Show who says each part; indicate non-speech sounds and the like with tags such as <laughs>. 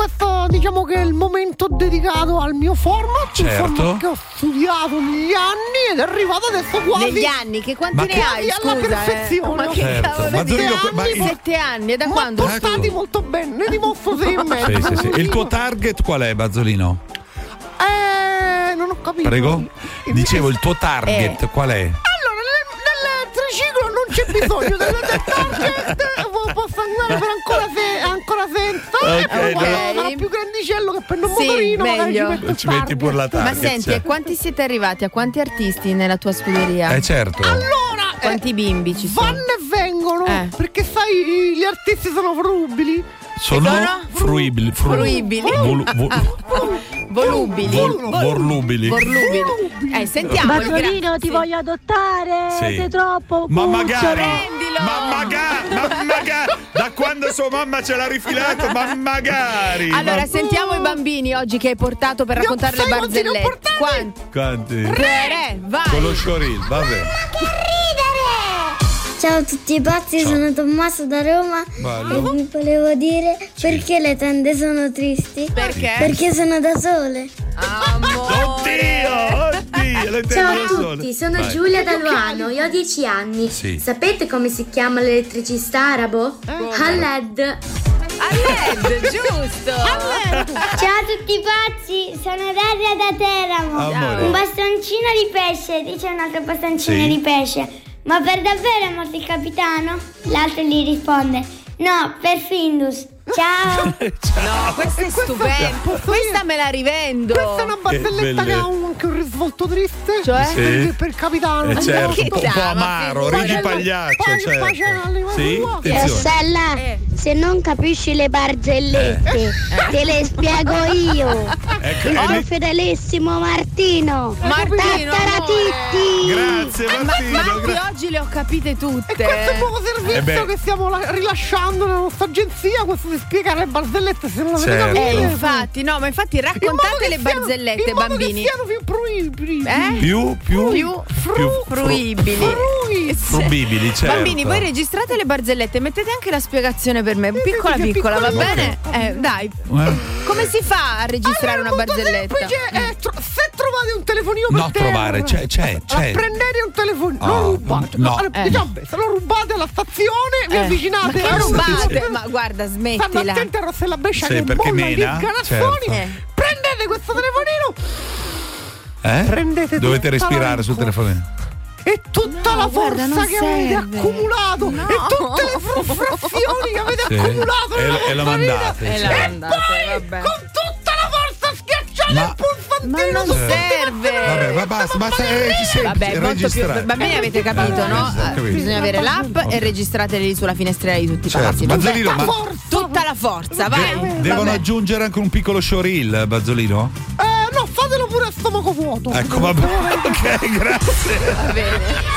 Speaker 1: questo diciamo che è il momento dedicato al mio format, il
Speaker 2: Certo.
Speaker 1: format che ho studiato negli anni ed è arrivato adesso quasi
Speaker 3: Negli anni, che quanti
Speaker 2: Ma
Speaker 3: ne
Speaker 2: che-
Speaker 3: hai?
Speaker 1: alla
Speaker 3: Scusa, eh?
Speaker 1: perfezione.
Speaker 3: Ma che
Speaker 2: Certo,
Speaker 3: cavolo
Speaker 2: ma
Speaker 3: di-
Speaker 2: Zurigo,
Speaker 1: Sette
Speaker 2: ma
Speaker 1: anni,
Speaker 2: il,
Speaker 3: Sette anni, è da
Speaker 1: ma
Speaker 3: quando?
Speaker 1: portati
Speaker 2: Ecco.
Speaker 1: molto bene, ne dimostro sei e mezzo.
Speaker 2: <laughs> sì, sì, sì. il tuo target qual è, Bazzolino?
Speaker 1: Eh, non ho capito.
Speaker 2: Prego?
Speaker 1: Il-
Speaker 2: Dicevo, il tuo target qual è?
Speaker 1: Allora, nel, nel triciclo non c'è bisogno del,
Speaker 2: <laughs>
Speaker 1: del target, eh, posso andare per ancora, se, ancora senza.
Speaker 2: Ok,
Speaker 1: eh, però
Speaker 3: no.
Speaker 1: sarà più grandicello che prendo un
Speaker 3: Sì,
Speaker 1: motorino, magari
Speaker 3: meglio.
Speaker 1: ci metto il
Speaker 2: Ci metti pure la
Speaker 1: target.
Speaker 3: Ma
Speaker 2: target.
Speaker 3: senti, e
Speaker 2: certo.
Speaker 3: quanti siete arrivati? A quanti artisti nella tua scuderia?
Speaker 2: Eh certo.
Speaker 1: Allora, eh,
Speaker 3: Quanti bimbi ci sono?
Speaker 1: vanno e vengono,
Speaker 3: Eh.
Speaker 1: perché sai, gli artisti sono frubili.
Speaker 2: Sono
Speaker 3: sono?
Speaker 2: fruibili. fru-
Speaker 3: Fruibili.
Speaker 2: volu- vo-
Speaker 3: Volubili.
Speaker 2: vol- Vorlubili.
Speaker 3: Vorlubili. Eh, sentiamoli.
Speaker 4: Bazzolino
Speaker 3: gra-
Speaker 4: ti
Speaker 3: sì.
Speaker 4: voglio adottare
Speaker 2: Sì.
Speaker 4: sei troppo
Speaker 2: Ma
Speaker 4: cucciolo.
Speaker 2: magari,
Speaker 3: prendilo!
Speaker 2: ma magari, ma magari, da quando sua mamma ce l'ha rifilato, ma magari.
Speaker 3: Allora,
Speaker 2: ma-
Speaker 3: sentiamo i bambini oggi che hai portato per
Speaker 1: Io
Speaker 3: raccontare le
Speaker 1: sai quanti ne ho
Speaker 3: barzellette.
Speaker 1: portati?
Speaker 3: Quanti?
Speaker 2: Quanti?
Speaker 3: Tre,
Speaker 2: Con
Speaker 3: vai.
Speaker 2: lo showreel, vabbè.
Speaker 5: Ciao a tutti i pazzi,
Speaker 2: Ciao.
Speaker 5: sono Tommaso da Roma
Speaker 2: Bello.
Speaker 5: e vi volevo dire perché le tende sono tristi.
Speaker 3: Perché?
Speaker 5: Perché sono da sole.
Speaker 3: Amore.
Speaker 2: Oddio, oddio, le
Speaker 6: Ciao
Speaker 2: tende
Speaker 6: a
Speaker 2: al sole.
Speaker 6: tutti, sono
Speaker 2: Vai.
Speaker 6: Giulia da Luano, io ho 10 anni.
Speaker 2: Sì.
Speaker 6: Sapete come si chiama l'elettricista arabo? Khaled.
Speaker 3: A LED, giusto.
Speaker 5: <laughs>
Speaker 1: Eh,
Speaker 5: Ciao a tutti i pazzi, sono Daria da Teramo.
Speaker 2: Amore.
Speaker 5: Un bastoncino di pesce, dice un altro bastoncino
Speaker 2: Sì.
Speaker 5: di pesce. Ma per davvero è morto il capitano? L'altro gli risponde: No, per Findus. Ciao.
Speaker 2: <laughs>
Speaker 3: No, questa è stupenda. Questa me la rivendo.
Speaker 1: Questa è una barzelletta che,
Speaker 2: belle-
Speaker 1: ha un- anche un risvolto triste.
Speaker 3: Cioè?
Speaker 2: Sì.
Speaker 1: Per capitano.
Speaker 2: Eh certo, un po', un po'
Speaker 3: dava,
Speaker 2: amaro,
Speaker 3: figlio?
Speaker 2: ridi pagliaccio,
Speaker 1: Poi- poi c'è la
Speaker 2: certo.
Speaker 1: lingua
Speaker 2: Sì,
Speaker 1: sul muoio.
Speaker 2: attenzione.
Speaker 3: Eh.
Speaker 5: se non capisci le barzellette, te le spiego io.
Speaker 2: Eh. Ecco, è lì-
Speaker 5: fedelissimo Martino.
Speaker 3: Martino, amore.
Speaker 2: grazie
Speaker 3: Eh, Ah, Ma
Speaker 2: Martino,
Speaker 3: Marti,
Speaker 2: grazie.
Speaker 3: oggi le ho capite tutte.
Speaker 1: E questo è il nuovo servizio
Speaker 2: Eh beh.
Speaker 1: che stiamo la- rilasciando nella nostra agenzia, questo di spiegare le barzellette se non le
Speaker 2: Certo.
Speaker 1: avete
Speaker 3: Eh,
Speaker 1: capite.
Speaker 3: infatti, no, ma infatti
Speaker 1: In modo
Speaker 3: raccontate
Speaker 1: che
Speaker 3: le
Speaker 1: siano-
Speaker 3: barzellette,
Speaker 1: in modo
Speaker 3: bambini.
Speaker 1: Che siano più fruibili.
Speaker 3: Eh?
Speaker 2: più più
Speaker 3: Più
Speaker 2: più
Speaker 3: fru- fruibili.
Speaker 1: Frui.
Speaker 3: Eh, sì.
Speaker 2: Frubibili, certo.
Speaker 3: Bambini, voi registrate le barzellette, mettete anche la spiegazione per me. Piccola
Speaker 1: sì, sì,
Speaker 3: piccola, va
Speaker 1: piccola,
Speaker 3: bene? Eh, dai.
Speaker 2: Eh,
Speaker 3: Come si fa a registrare
Speaker 1: Allora,
Speaker 3: una
Speaker 1: molto
Speaker 3: barzelletta? Mm.
Speaker 1: semplice, eh, tro- se trovate un telefonino per
Speaker 2: No,
Speaker 1: terra,
Speaker 2: trovare, c'è- c'è- c'è.
Speaker 1: eh, prendete un telefonino,
Speaker 2: Ah,
Speaker 1: lo rubate.
Speaker 2: no.
Speaker 1: Allora,
Speaker 3: Eh.
Speaker 1: diciamo, beh, se lo rubate alla stazione, vi
Speaker 3: Eh,
Speaker 1: avvicinate.
Speaker 3: ma che
Speaker 1: alla
Speaker 3: rubate?
Speaker 1: stazione.
Speaker 3: Ma guarda,
Speaker 1: Stanno
Speaker 3: smettila.
Speaker 1: attenti a Rossella Brescia
Speaker 2: Sì,
Speaker 1: che
Speaker 2: perché
Speaker 1: bolla di
Speaker 2: mena,
Speaker 1: canazzoni.
Speaker 3: Eh.
Speaker 2: certo.
Speaker 1: Prendete questo telefonino
Speaker 2: eh?
Speaker 1: Prendete
Speaker 2: Dovete
Speaker 1: tutta
Speaker 2: respirare sul
Speaker 1: l'alcol.
Speaker 2: telefonino.
Speaker 1: e tutta
Speaker 3: No,
Speaker 1: la forza
Speaker 3: guarda, non
Speaker 1: che avete
Speaker 3: serve.
Speaker 1: accumulato
Speaker 3: No.
Speaker 1: e tutte le frustrazioni che avete
Speaker 2: Sì.
Speaker 1: accumulato
Speaker 2: E-
Speaker 1: nella
Speaker 2: e la
Speaker 1: vostra vita.
Speaker 2: mandate,
Speaker 3: E la
Speaker 1: E
Speaker 3: mandate,
Speaker 1: poi
Speaker 3: vabbè.
Speaker 1: con tutta la forza schiacciate
Speaker 2: Ma-
Speaker 1: il pulsantino
Speaker 3: Ma non
Speaker 1: tutti
Speaker 3: serve.
Speaker 1: quanti
Speaker 2: Vabbè, ma basta, basta eh, ci senti,
Speaker 3: Vabbè, è molto più.
Speaker 2: registrare.
Speaker 3: Bambini avete capito, no?
Speaker 2: Esatto,
Speaker 3: Eh,
Speaker 2: capito.
Speaker 3: Bisogna avere l'app
Speaker 2: Ok.
Speaker 3: e registratele lì sulla finestrella di tutti i
Speaker 2: Certo,
Speaker 3: palazzi.
Speaker 2: Bazzolino,
Speaker 3: Tutta-
Speaker 2: ma-
Speaker 3: Tutta la forza, vai.
Speaker 2: De- devono
Speaker 3: Vabbè.
Speaker 2: aggiungere anche un piccolo showreel, Bazzolino?
Speaker 1: Eh, no, fatelo pure a stomaco vuoto.
Speaker 2: Ecco, vabbè. <laughs> ok, grazie.
Speaker 3: Va bene.